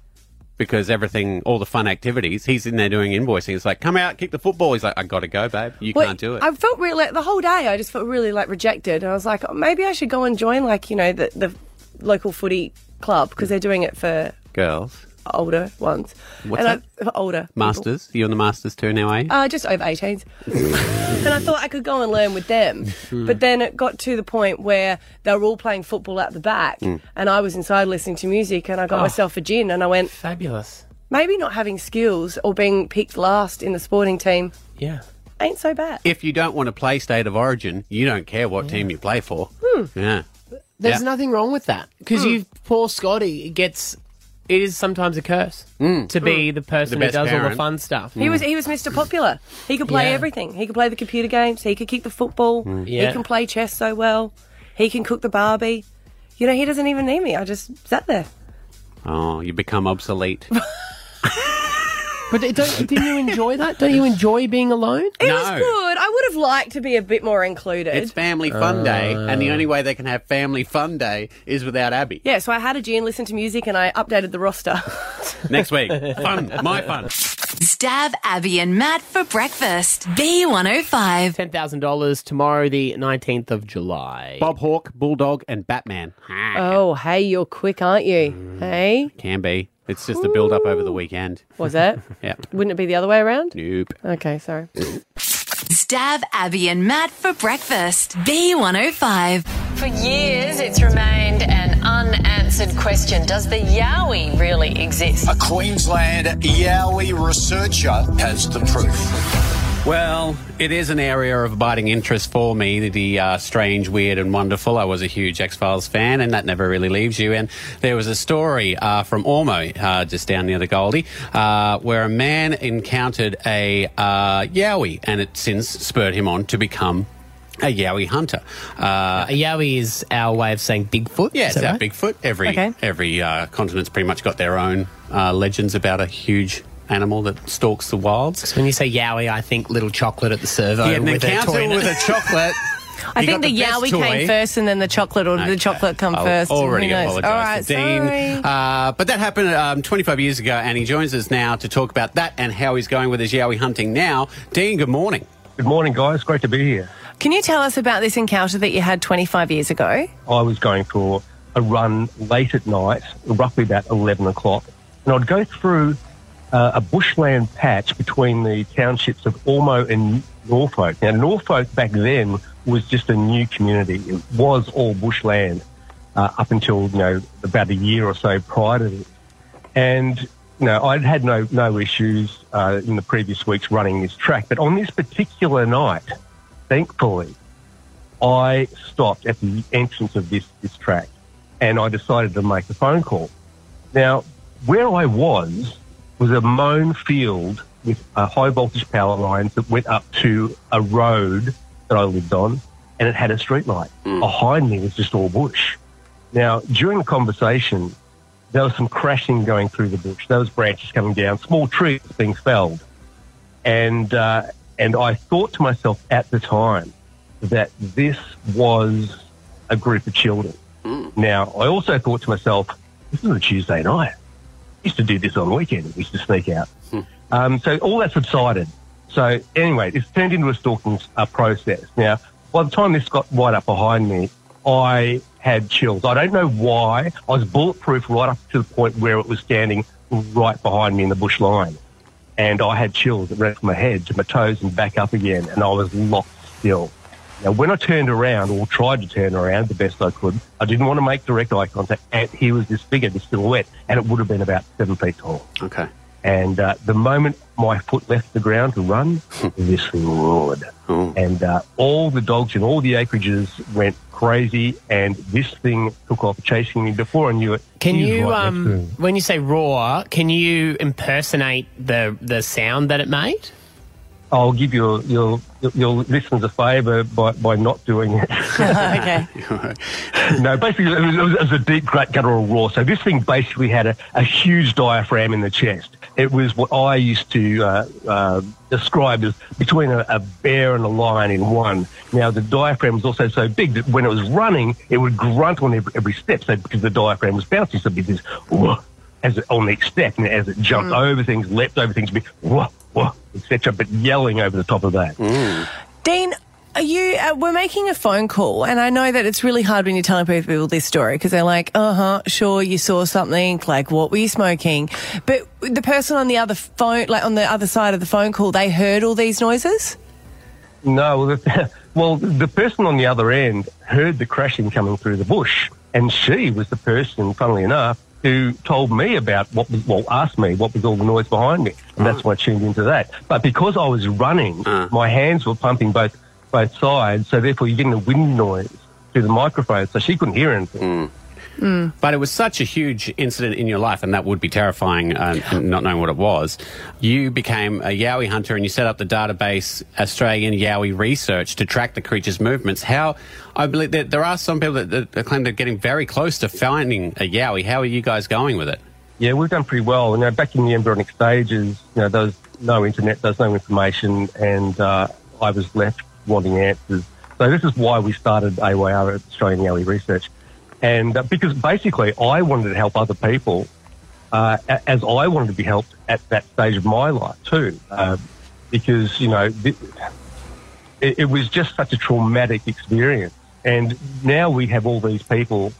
Because everything, all the fun activities, he's in there doing invoicing. It's like, come out, kick the football. He's like, I got to go, babe. You
Well,
can't do it.
I felt really the whole day. I just felt really like rejected, and I was like, oh, maybe I should go and join like you know the the local footy club because they're doing it for
Girls,
older ones.
What's
and I, older people.
masters. You're in the masters too now, eh? are you?
Uh, just over 18s. and I thought I could go and learn with them.
Hmm.
But then it got to the point where they were all playing football at the back,
Hmm.
Mm.
and I was inside listening to music, and I got
Ah.
Oh.
myself a gin, and I went,
Fabulous.
maybe not having skills or being picked last in the sporting team
Yeah.
ain't so bad.
If you don't want to play state of origin, you don't care what team you play for.
Hmm.
Yeah.
There's
Yeah.
nothing wrong with that because you, poor Scotty, it gets. It is sometimes a curse to be
Mm.
the person
Hmm. The
who
best
does all the
parent.
fun stuff.
He was he was Mr. Popular. He could play
Yeah.
everything. He could play the computer games. He could kick the football.
Hmm.
Mm.
He
Yeah.
can play chess so well. He can cook the Barbie. You know, he doesn't even need me. I just sat there.
Oh, you become obsolete.
But don't, didn't you enjoy that? Don't you enjoy being alone?
It was good. I would have liked to be a bit more included.
It's family fun day, and the only way they can have family fun day is without Abby.
yeah, so I had a gin, listened to music, and I updated the roster.
Next week, fun, my fun.
Stab Abby and Matt for breakfast. B105.
$10,000 tomorrow, the 19th of July.
Bob Hawke, Bulldog, and Batman.
oh, hey, you're quick, aren't
Mm.
you? Hey,
Can be. It's just the build up over the weekend.
was it?
Yep.
Wouldn't it be the other way around?
Nope.
Okay, sorry.
Stab Abby and Matt for breakfast. B105.
For years, it's remained an unanswered question Does the Yowie really exist?
A Queensland Yowie researcher has the proof.
Well, it is an area of abiding interest for me, the uh, strange, weird, and wonderful. I was a huge X Files fan, and that never really leaves you. And there was a story uh, from Ormo, uh, just down near the Goldie, uh, where a man encountered a uh, Yowie, and it since spurred him on to become a Yowie hunter. Uh,
A Yowie is our way of saying Bigfoot.
yeah, it's
is that
our
right?
Bigfoot. Every
Okay.
every uh, continent's pretty much got their own uh, legends about a huge animal that stalks the wilds.
When you say Yowie, I think little chocolate at the servo
Yeah, an
with a
encounter
toy in it.
with a chocolate.
I
You got
think the,
best
Yowie
toy.
came first, and then the chocolate, or did
Okay.
the chocolate come
I'll
first?
Already
Who knows?
apologise
All right,
to Dean.
sorry.
Uh, but that happened um, 25 years ago, and he joins us now to talk about that and how he's going with his Yowie hunting now. Dean, good morning.
Good morning, guys. Great to be here.
Can you tell us about this encounter that you had 25 years ago?
I was going for
a run late at night, roughly about 11 o'clock, and I'd go through uh, a bushland patch between the townships of Ormo and Norfolk. Now, Norfolk back then was just a new community. It was all bushland uh, up until, you know, about a year or so prior to this. And, you know, I'd had no, no issues uh, in the previous weeks running this track. But on this particular night, thankfully, I stopped at the entrance of this, this track and I decided to make a phone call. Now, where I was was a mown field with uh, high voltage power lines that went up to a road that I lived on and it had a street light. Behind me was just all bush. Now, during the conversation, there was some crashing going through the bush. There was branches coming down, small trees being felled and uh, and I thought to myself at the time that this was a group of children. Now I also thought to myself, this is a Tuesday night. We used to do this on weekends. We used to sneak out. Um, so all that subsided. So anyway, it's turned into a stalking uh, process. Now, by the time this got right up behind me, I had chills. I don't know why. I was bulletproof right up to the point where it was standing right behind me in the bush line and I had chills that ran from my head to my toes and back up again, and I was locked still. Now, when I turned around or tried to turn around the best I could, I didn't want to make direct eye contact, and here was this figure, this silhouette, and it would have been about seven feet tall.
Okay.
And uh, the moment my foot left the ground to run, this thing roared. And uh, all the dogs in all the acreages went crazy, and this thing took off chasing me. Before I knew it,
Can
he was
you,
right next to
um,
me.
when you say roar, can you impersonate the the sound that it made?
I'll give your your your listeners a favour by, by not doing it.
okay.
no, basically it was, it was a deep gut- guttural roar. So this thing basically had a, a huge diaphragm in the chest. It was what I used to uh, uh, describe as between a, a bear and a lion in one. Now the diaphragm was also so big that when it was running, it would grunt on every, every step. So because the diaphragm was bouncing, so it'd be this whoa, as it, on each step, and as it jumped over things, leapt over things, it'd be whoa, whoa, etc. But yelling over the top of that.
Dean, are you? Uh, we're making a phone call, and I know that it's really hard when you're telling people this story because they're like, "Uh huh, sure, you saw something. Like, what were you smoking?" But the person on the other phone, like on the other side of the phone call, they heard all these noises.
No, well the, well, the person on the other end heard the crashing coming through the bush, and she was the person, funnily enough, who told me about what was, well, asked me what was all the noise behind me, and that's why I tuned into that. But because I was running, my hands were pumping both both sides, so therefore you're getting the wind noise through the microphone, so she couldn't hear anything.
But it was such a huge incident in your life, and that would be terrifying, uh, and not knowing what it was. You became a Yowie hunter, and you set up the database Australian Yowie Research to track the creature's movements. How I believe that there are some people that, that claim they're getting very close to finding a Yowie. How are you guys going with it?
Yeah, we've done pretty well. You know, back in the embryonic stages, you know, there's no internet, there's no information, and uh, I was left wanting answers. So this is why we started AYR, Australian Yowie Research, and uh, because basically I wanted to help other people uh, a- as I wanted to be helped at that stage of my life too, uh, because you know th- it, it was just such a traumatic experience, and now we have all these people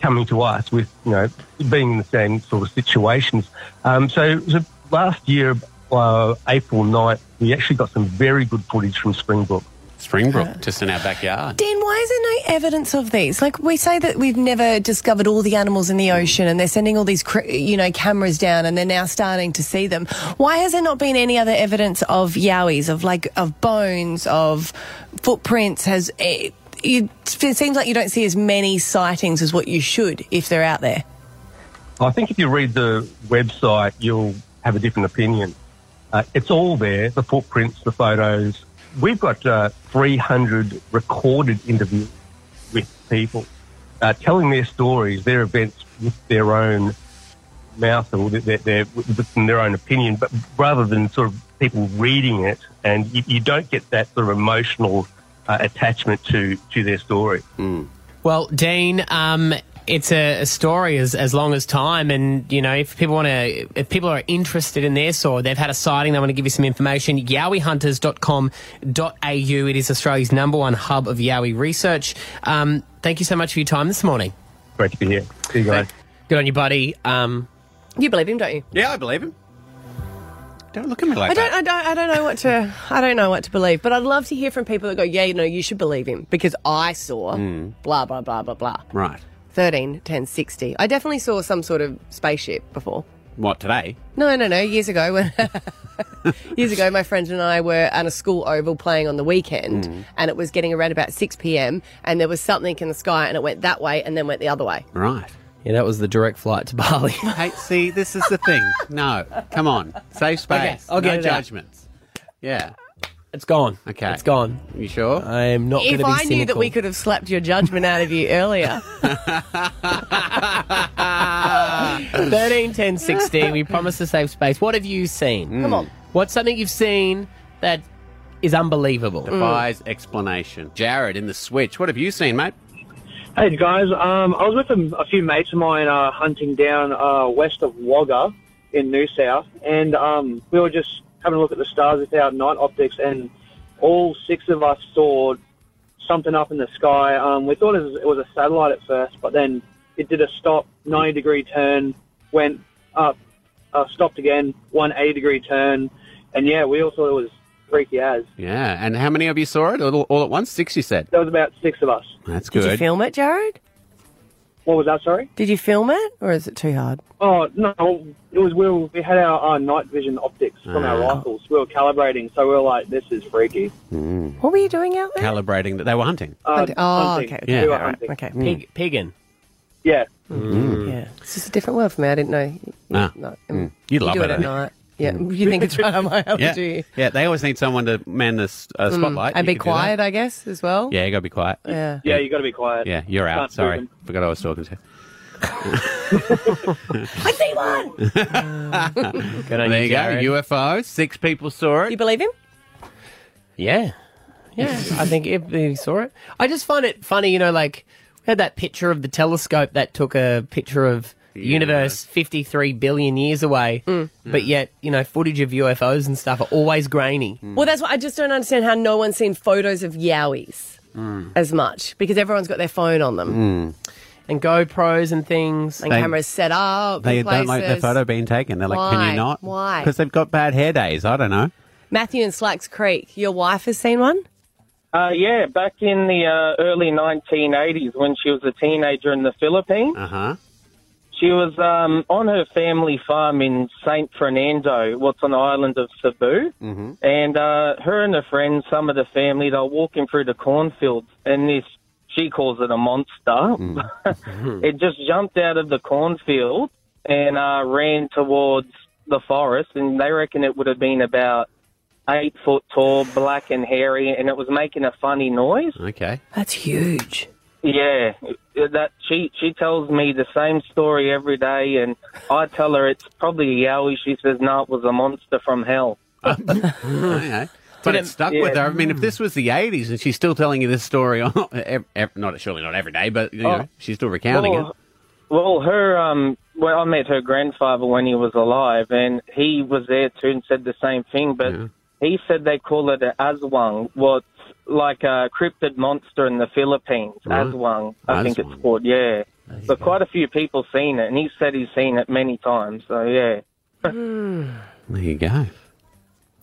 coming to us with you know being in the same sort of situations. Um, so, so last year, uh, April 9th, we actually got some very good footage from Springbrook.
Springbrook, just in our backyard.
Dean, why is there no evidence of these? Like we say that we've never discovered all the animals in the ocean, and they're sending all these, cr- you know, cameras down, and they're now starting to see them. Why has there not been any other evidence of yowies, of like of bones, of footprints? Has it, it seems like you don't see as many sightings as what you should if they're out there.
I think if you read the website, you'll have a different opinion. Uh, it's all there the footprints, the photos. We've got uh, 300 recorded interviews with people uh, telling their stories, their events with their own mouth or with their, their, with their own opinion, but rather than sort of people reading it, and you, you don't get that sort of emotional uh, attachment to, to their story.
Well, Dean, um, it's a, a story as, as long as time, and you know if people want to, if people are interested in this or they've had a sighting, they want to give you some information. YowieHunters.com.au. It is Australia's number one hub of Yowie research. Um, thank you so much for your time this morning.
Great to be here. See you guys.
Good on you, buddy. Um,
You believe him, don't you?
Yeah, I believe him. Don't look at me like
I don't,
that.
I don't, I don't know what to, I don't know what to believe. But I'd love to hear from people that go, yeah, you know, you should believe him because I saw blah blah blah blah blah.
Right.
13, 10, 60. I definitely saw some sort of spaceship before.
What today?
No, no, no. Years ago, when years ago, my friend and I were on a school oval playing on the weekend,
Mm.
and it was getting around about six p.m. and there was something in the sky, and it went that way and then went the other way.
Right.
yeah, that was the direct flight to Bali.
Hey, see, this is the thing. No, come on, safe space.
I'll
no
get it out.
judgments. Yeah.
it's gone.
Okay.
It's gone.
You sure?
I am not going to
If
be
I knew that
cynical.
we could have slapped your judgment out of you earlier,
13, 10, 16, we promised a safe space. What have you seen?
come on.
What's something you've seen that is unbelievable?
Mm.
Defies explanation. Jared in the switch. What have you seen, mate?
Hey guys, um, I was with a, a few mates of mine uh, hunting down uh, west of Wagga in New South, and um, we were just having a look at the stars with our night optics, and all six of us saw something up in the sky. Um, we thought it was, it was a satellite at first, but then it did a stop, 90 degree turn, went up, uh, stopped again, 180 degree turn, and yeah, we all thought it was freaky as.
Yeah. And how many of you saw it all, all at once? Six, you said.
There was about six of us.
That's
Did you
good.
film it, Jared?
What was that, sorry?
Did you film it, or is it too hard?
Oh no! It was we, were, we had our, our night vision optics from our
Ah.
rifles. We were calibrating, so we were like, "This is freaky."
Mm.
What were you doing out there?
Calibrating that they were hunting.
Uh,
Oh,
hunting.
okay, okay.
Yeah, Mm.
we were
alright,
hunting.
Okay.
Pig, Piggin.
Yeah,
Yeah. It's just a different world for me. I didn't know.
Mm. Ah.
No,
Mm.
um, You
You'd love
do
it,
it at
eh?
night. Yeah. You think it's right on my own, do
Yeah.
you? Mm,
yeah, they always need someone to man the s- uh, spotlight.
And
You
be
could do that.
quiet, I guess, as well.
Yeah, you gotta be quiet.
Yeah.
yeah, you got to be quiet.
Yeah, you're
Can't
out.
do
Sorry,
them.
forgot I was talking to. you.
I see one.
Good on
There
you,
you
Jared.
go. UFO. Six people saw
You
it.
believe him?
Yeah. Yeah. I think if you saw it. I just find it funny, you know, like we had that picture of the telescope that took a picture of the universe 53 billion years away,
Mm.
but yet, you know, footage of UFOs and stuff are always grainy.
Mm.
Well, that's what I just don't understand how no one's seen photos of Yowies
Mm.
as much because everyone's got their phone on them
And GoPros and things.
and
They-
cameras set up.
They
in
don't like their
places.
photo being taken. They're like, can
Why?
you not?
Why?
Because they've got bad hair days. I don't know.
Matthew in Slacks Creek, your wife has seen one?
Uh, yeah, back in the uh, early 1980s when she was a teenager in the Philippines,
Uh
Uh-huh.
huh.
she was um, on her family farm in St. Fernando, what's on the island of Cebu. Mm-hmm. And uh, her and her friends, some of the family, they're walking through the cornfields, and this, she calls it a monster. it just jumped out of the cornfield and uh, ran towards the forest, and they reckon it would have been about eight foot tall, black and hairy, and it was making a funny noise.
Okay.
That's huge.
Yeah, that she she tells me the same story every day, and I tell her it's probably a yowie. She says no, it was a monster from hell.
okay. But it stuck with her. I mean, if this was the 80s and she's still telling you this story, on, ev- ev- not surely not every day, but you know, she's still recounting
Oh. well, well, her um, well, I met her grandfather when he was alive, and he was there too and said the same thing. But he said they call it a aswang, what's like a cryptid monster in the Philippines.
Right.
Aswang, I think
Aswang.
it's called. Yeah, but quite a few people seen it, and he said he's seen it many times. So yeah.
it. There you go.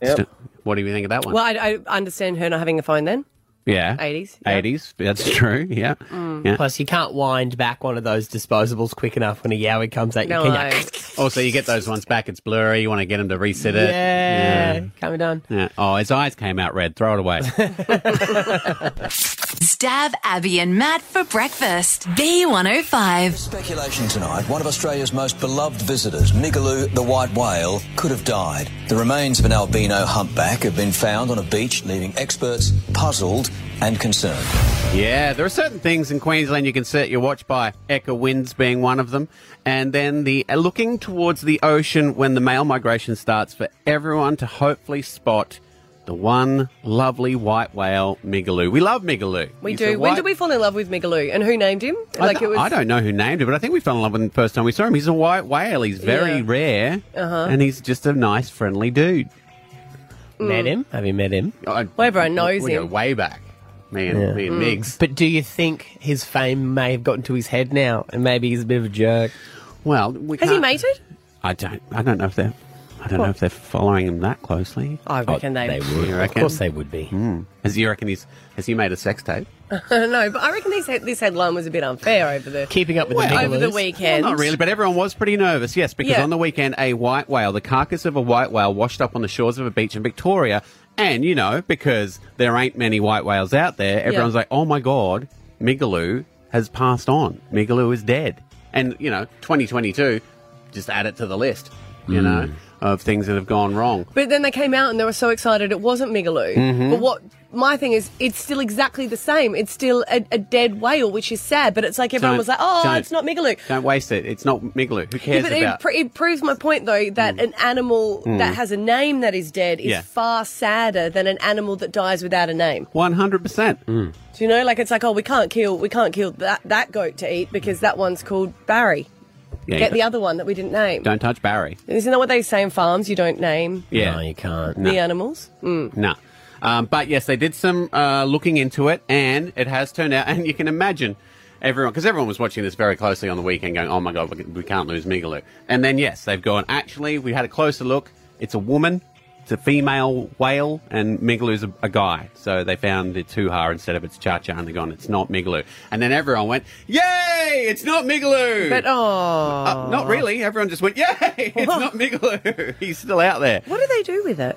Yep.
St- What do you think of that one?
Well, I, I understand her not having a phone then.
yeah.
80s, yeah. Mm.
80s. That's true. Yeah. yeah.
Plus, you can't wind back one of those disposables quick enough when a Yowie comes at you.
No,
can
I-
you?
Also, you get those ones back. It's blurry. You want to get them to reset it.
Yeah, coming down.
Yeah. Oh, his eyes came out red. Throw it away.
Stab Abby and Matt for breakfast. B105.
Speculation tonight. One of Australia's most beloved visitors, Migaloo the white whale, could have died. The remains of an albino humpback have been found on a beach, leaving experts puzzled and concerned.
Yeah, there are certain things in Queensland you can set your watch by, Eka winds being one of them. And then the uh, looking towards the ocean when the male migration starts for everyone to hopefully spot the one lovely white whale, Migaloo. We love Migaloo.
We
He's
do.
a
When
white-
did we fall in love with Migaloo? And who named him?
I, don't- I don't know who named him, but I think we fell in love with him the first time we saw him. He's a white whale. He's very
Yeah. Uh-huh.
rare, and he's just a nice, friendly dude.
Mm.
Met him? Have you met him?
I-
Well, everyone knows
we go
him. Mm.
way back. Me and, me and Migs.
But do you think his fame may have gotten to his head now, and maybe he's a bit of a jerk?
Well, we
Has he mated?
I don't. I don't know if they're. I don't know if they're following him that closely.
I reckon Mm. they- they would.
You
Of
reckon?
course they
Oh, would be.
Has you reckon he's? Has he made a sex tape?
no, but I reckon this head, this headline was a bit unfair over the
keeping up
over the weekend.
Well, not really, but everyone was pretty nervous. Yes, because
Yeah.
on the weekend, a white whale, the carcass of a white whale, washed up on the shores of a beach in Victoria. And you know, because there ain't many white whales out there, everyone's like, "Oh my god, Migaloo has passed on. Migaloo is dead." And you know, 2022, just add it to the list. You know, of things that have gone wrong.
But then they came out and they were so excited it wasn't Migaloo.
Mhm.
But what my thing is, it's still exactly the same. It's still a, a dead whale, which is sad. But it's like everyone
Don't-
was like, "Oh,
don't-
it's not Migaloo."
Don't waste it. It's not Migaloo. Who
Yeah,
cares
but
about?
it, pr- it proves my point though that an animal
Mm.
that has a name that is dead is
Yeah.
far sadder than an animal that dies without a name.
One hundred percent.
Do you know? Like it's like, oh, we can't kill, we can't kill that that goat to eat because that one's called Barry.
Yeah,
Get
you-
the other one that we didn't name.
Don't touch Barry.
Isn't that what they say in farms? You don't name
Yeah, no, you can't.
the animals. Mm.
No. Um, but yes, they did some uh, looking into it, and it has turned out, and you can imagine everyone, because everyone was watching this very closely on the weekend, going, oh my God, we- we can't lose Migaloo. And then, yes, they've gone, actually, we had a closer look. It's a woman, it's a female whale, and Migaloo's a, a guy. So they found the Tuhar instead of its Cha Cha, and they've gone, it's not Migaloo. And then everyone went, yay, it's not Migaloo!
But oh,
Uh, not really. Everyone just went, yay, it's not Migaloo. He's still out there.
What do they do with it?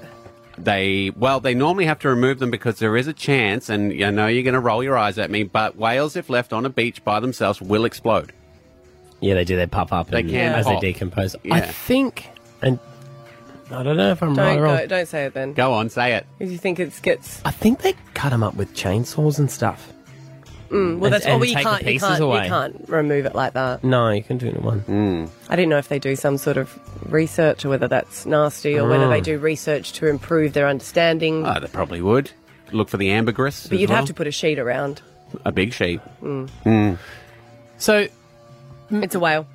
They well, they normally have to remove them because there is a chance, and I know you're going to roll your eyes at me, but whales, if left on a beach by themselves, will explode.
Yeah, they do. They pop up.
They
and-
can
as
pop.
they decompose. I
Yeah.
think, and I don't know if I'm right
Don't
or wrong.
go, don't say it then.
Go on, say it.
If you think it gets,
I think they cut them up with chainsaws and stuff.
mm, well,
And-
that's
and
oh, well, you
take the
can't, you
pieces
can't,
away.
you can't remove it like that.
No, you can do it in one.
Mm.
I didn't know if they do some sort of research or whether that's nasty or whether
Mm.
they do research to improve their
Uh,
understanding.
Oh, they probably would look for the ambergris.
but
as
you'd
well.
have to put a sheet around.
a big sheep.
Mm.
Mm.
So
it's a whale.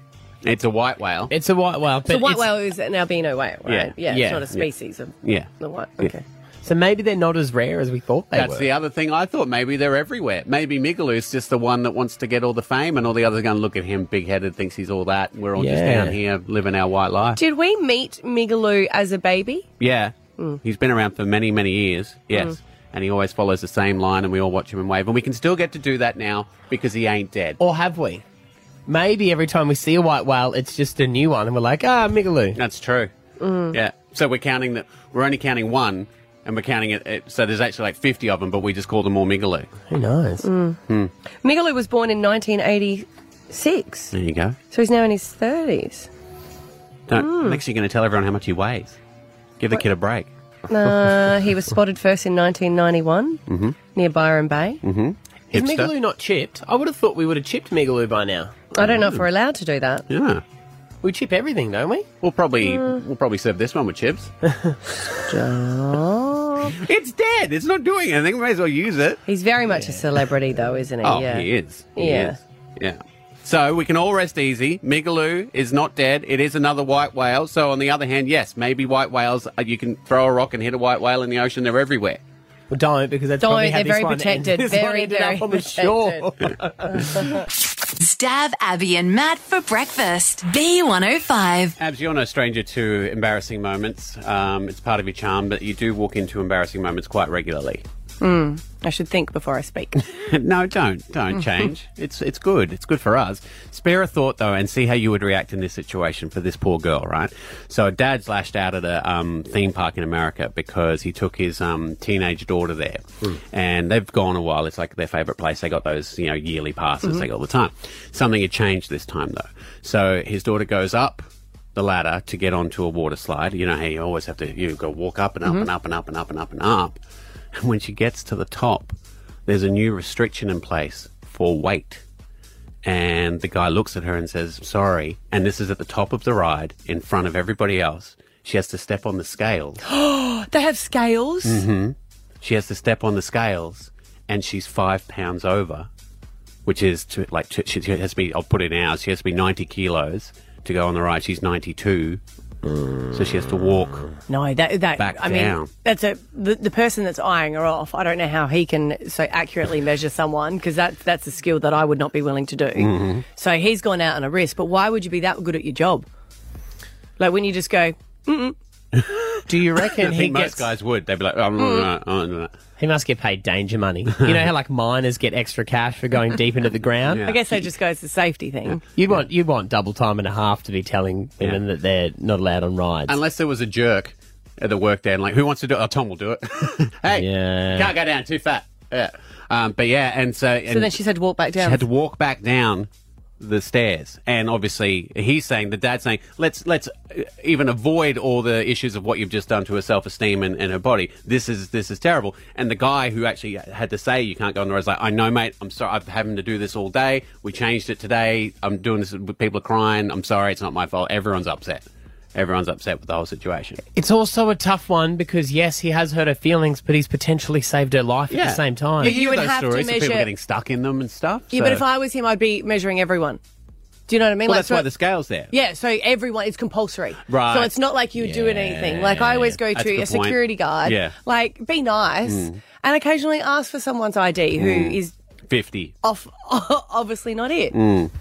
It's a white whale.
Mm. It's a white whale.
So white whale is an albino whale, right?
Yeah.
Yeah,
Yeah.
it's not
Yeah.
a species of
Yeah.
the white.
Yeah.
Okay.
So maybe they're not as rare as we thought they
That's
were.
the other thing I thought. Maybe they're everywhere. Maybe Migaloo's just the one that wants to get all the fame, and all the others are going to look at him big headed, thinks he's all that. We're all just
Yeah.
down here living our white life.
Did we meet Migaloo as a baby?
Yeah.
Mm.
He's been around for many, many years. Yes.
Mm.
And he always follows the same line, and we all watch him and wave. And we can still get to do that now because he ain't dead.
Or have we? Maybe every time we see a white whale, it's just a new one, and we're like, ah, Migaloo.
That's true. Yeah. So we're counting that. We're only counting one, and we're counting it, it. So there's actually like 50 of them, but we just call them all Migaloo.
Who knows?
Mm.
Hmm.
Migaloo was born in 1986,
There you go.
so he's now in his 30s.
Don't,
Mm.
Next, you're going to tell everyone how much he weighs. Give the kid a break.
Uh, he was spotted first in 1991
Mm-hmm.
Mm
near Byron Bay.
hmm. Mm hmm.
Is Migaloo not chipped? I would have thought we would have chipped Migaloo by now.
I don't know if we're allowed to do that.
Yeah.
We chip everything, don't we?
We'll probably
Mm.
we'll probably serve this one with chips.
Oh.
it's dead. It's not doing anything. We may as well use it.
He's very much a celebrity, though, isn't he?
Oh,
yeah.
he is. He
Yeah.
is. Yeah. So we can all rest easy. Migaloo is not dead. It is another white whale. So on the other hand, yes, maybe white whales. uh, You can throw a rock and hit a white whale in the ocean. They're everywhere.
Well, don't because that's
Don't,
probably how
they're
this
very
one
protected.
ended. This one
Very,
ended
very
up on the
protected.
shore.
Stab Abby and Matt for breakfast. B105.
Abs, you're no stranger to embarrassing moments. Um, it's part of your charm, but you do walk into embarrassing moments quite regularly.
Mm, I should think before I speak.
no, don't don't change. It's it's good. It's good for us. Spare a thought though, and see how you would react in this situation for this poor girl, right? So, a dad's lashed out at a um, theme park in America because he took his um, teenage daughter there, and they've gone a while. It's like their favorite place. They got those you know yearly passes
Mhm.
they got all the time. Something had changed this time though. So his daughter goes up. The ladder to get onto a water slide. You know how you always have to you go walk up and up
Mhm.
and up and up and up and up and up. And when she gets to the top, there's a new restriction in place for weight. And the guy looks at her and says, Sorry. And this is at the top of the ride in front of everybody else. She has to step on the scales.
they have scales.
hmm She has to step on the scales, and she's five pounds over, which is to, like, to, she she has to be, I'll put it now, she has to be 90 kilos to go on the ride. She's 92 So she has to walk.
No, that that
Back
I mean,
down.
that's a the, the person that's eyeing her off. I don't know how he can so accurately measure someone because that that's a skill that I would not be willing to do.
Mm-hmm.
Mhm.
So he's gone out on a risk, but why would you be that good at your job? Like when you just go, Mm-mm.
Do you
I
reckon
think
he
most
gets?
guys would. They'd be like, oh, no, no, oh, no, no.
He must get paid danger money. You know how like miners get extra cash for going deep into the ground.
I guess that just goes the safety thing.
You'd want you'd want double time and a half to be telling women that they're not allowed on rides.
Unless there was a jerk at the work day and like, who wants to do it? Oh, Tom will do it. hey, can't go down, too fat. Yeah. Um, but yeah, and so. And
so then she said to walk back
She
down.
had to walk back down the stairs, and obviously he's saying the dad's saying let's let's uh, even avoid all the issues of what you've just done to her self esteem and, and her body. This is this is terrible. And the guy who actually had to say you can't go on the road is like, I know, mate. I'm sorry. I've been having to do this all day. We changed it today. I'm doing this. People are crying. I'm sorry. It's not my fault. Everyone's upset. Everyone's upset with the whole situation.
It's also a tough one because yes, he has hurt her feelings, but he's potentially saved her life at
Yeah.
the same time.
You hear
would
those
have to
stories of people
measure-
getting stuck in them and stuff.
yeah, but
so-
if I was him, I'd be measuring everyone. Do you know what I mean?
well,
Like,
that's
so-
why the scale's there.
Yeah, so everyone it's compulsory.
Right.
So it's not like you're doing anything. Like I always go
That's a
to a,
good point.
security guard.
Yeah.
Like be nice
Mm.
and occasionally ask for someone's ID who
Mm.
is
Fifty.
off obviously not it.
Mm.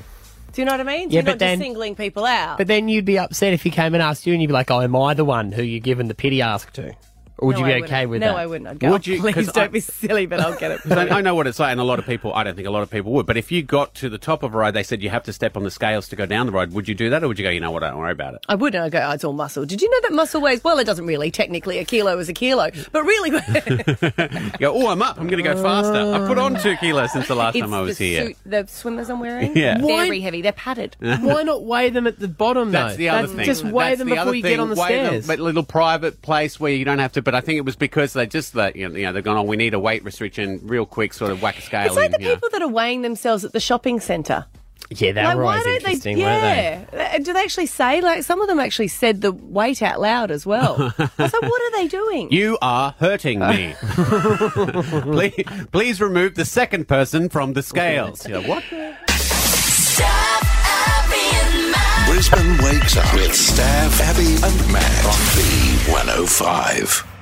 Do you know what I mean? So
Yeah,
you're
but
not
then-
just singling people out.
But then you'd be upset if he came and asked you, and you'd be like, "Oh, am I the one who you're giving the pity ask to?" Or would
No,
you be
I
okay
wouldn't.
with
no,
that?
I wouldn't. I'd go,
Would you-
please
'cause
don't
I-
be silly, but I'll get it.
Because I, I know what it's like, and a lot of people, I don't think a lot of people would. But if you got to the top of a ride, they said you have to step on the scales to go down the ride. Would you do that, or would you go, you know what, don't worry about it?
I would, and I go, oh, it's all muscle. Did you know that muscle weighs, well, it doesn't really. Technically, a kilo is a kilo, but really,
You go, oh, I'm up, I'm going to go faster. I put on two kilos since the last
it's
time I was
the
here.
suit, the swimmers I'm wearing,
Yeah.
they're
Why-
very heavy. They're padded.
Why not weigh them at the bottom
That's
though?
the other
That's-
thing.
Just weigh
That's
them
the
before
other
you
thing.
get on the
Weigh them,
stairs.
but little private place where you don't have to. But I think it was because they just that you know, you know they've gone. Oh, we need a weight restriction. Real quick, sort of whack a scale.
It's like
in,
the
you know.
people that are weighing themselves at the shopping centre.
Yeah, they
like,
were
why
always
don't
interesting,
they?
weren't they?
Yeah. Uh, Do they actually say, like, some of them actually said the weight out loud as well. I was like, what are they doing?
You are hurting me. please, please remove the second person from the scales. You know, what?
oh
Brisbane wakes up with Staff, Abby, and Matt on B105.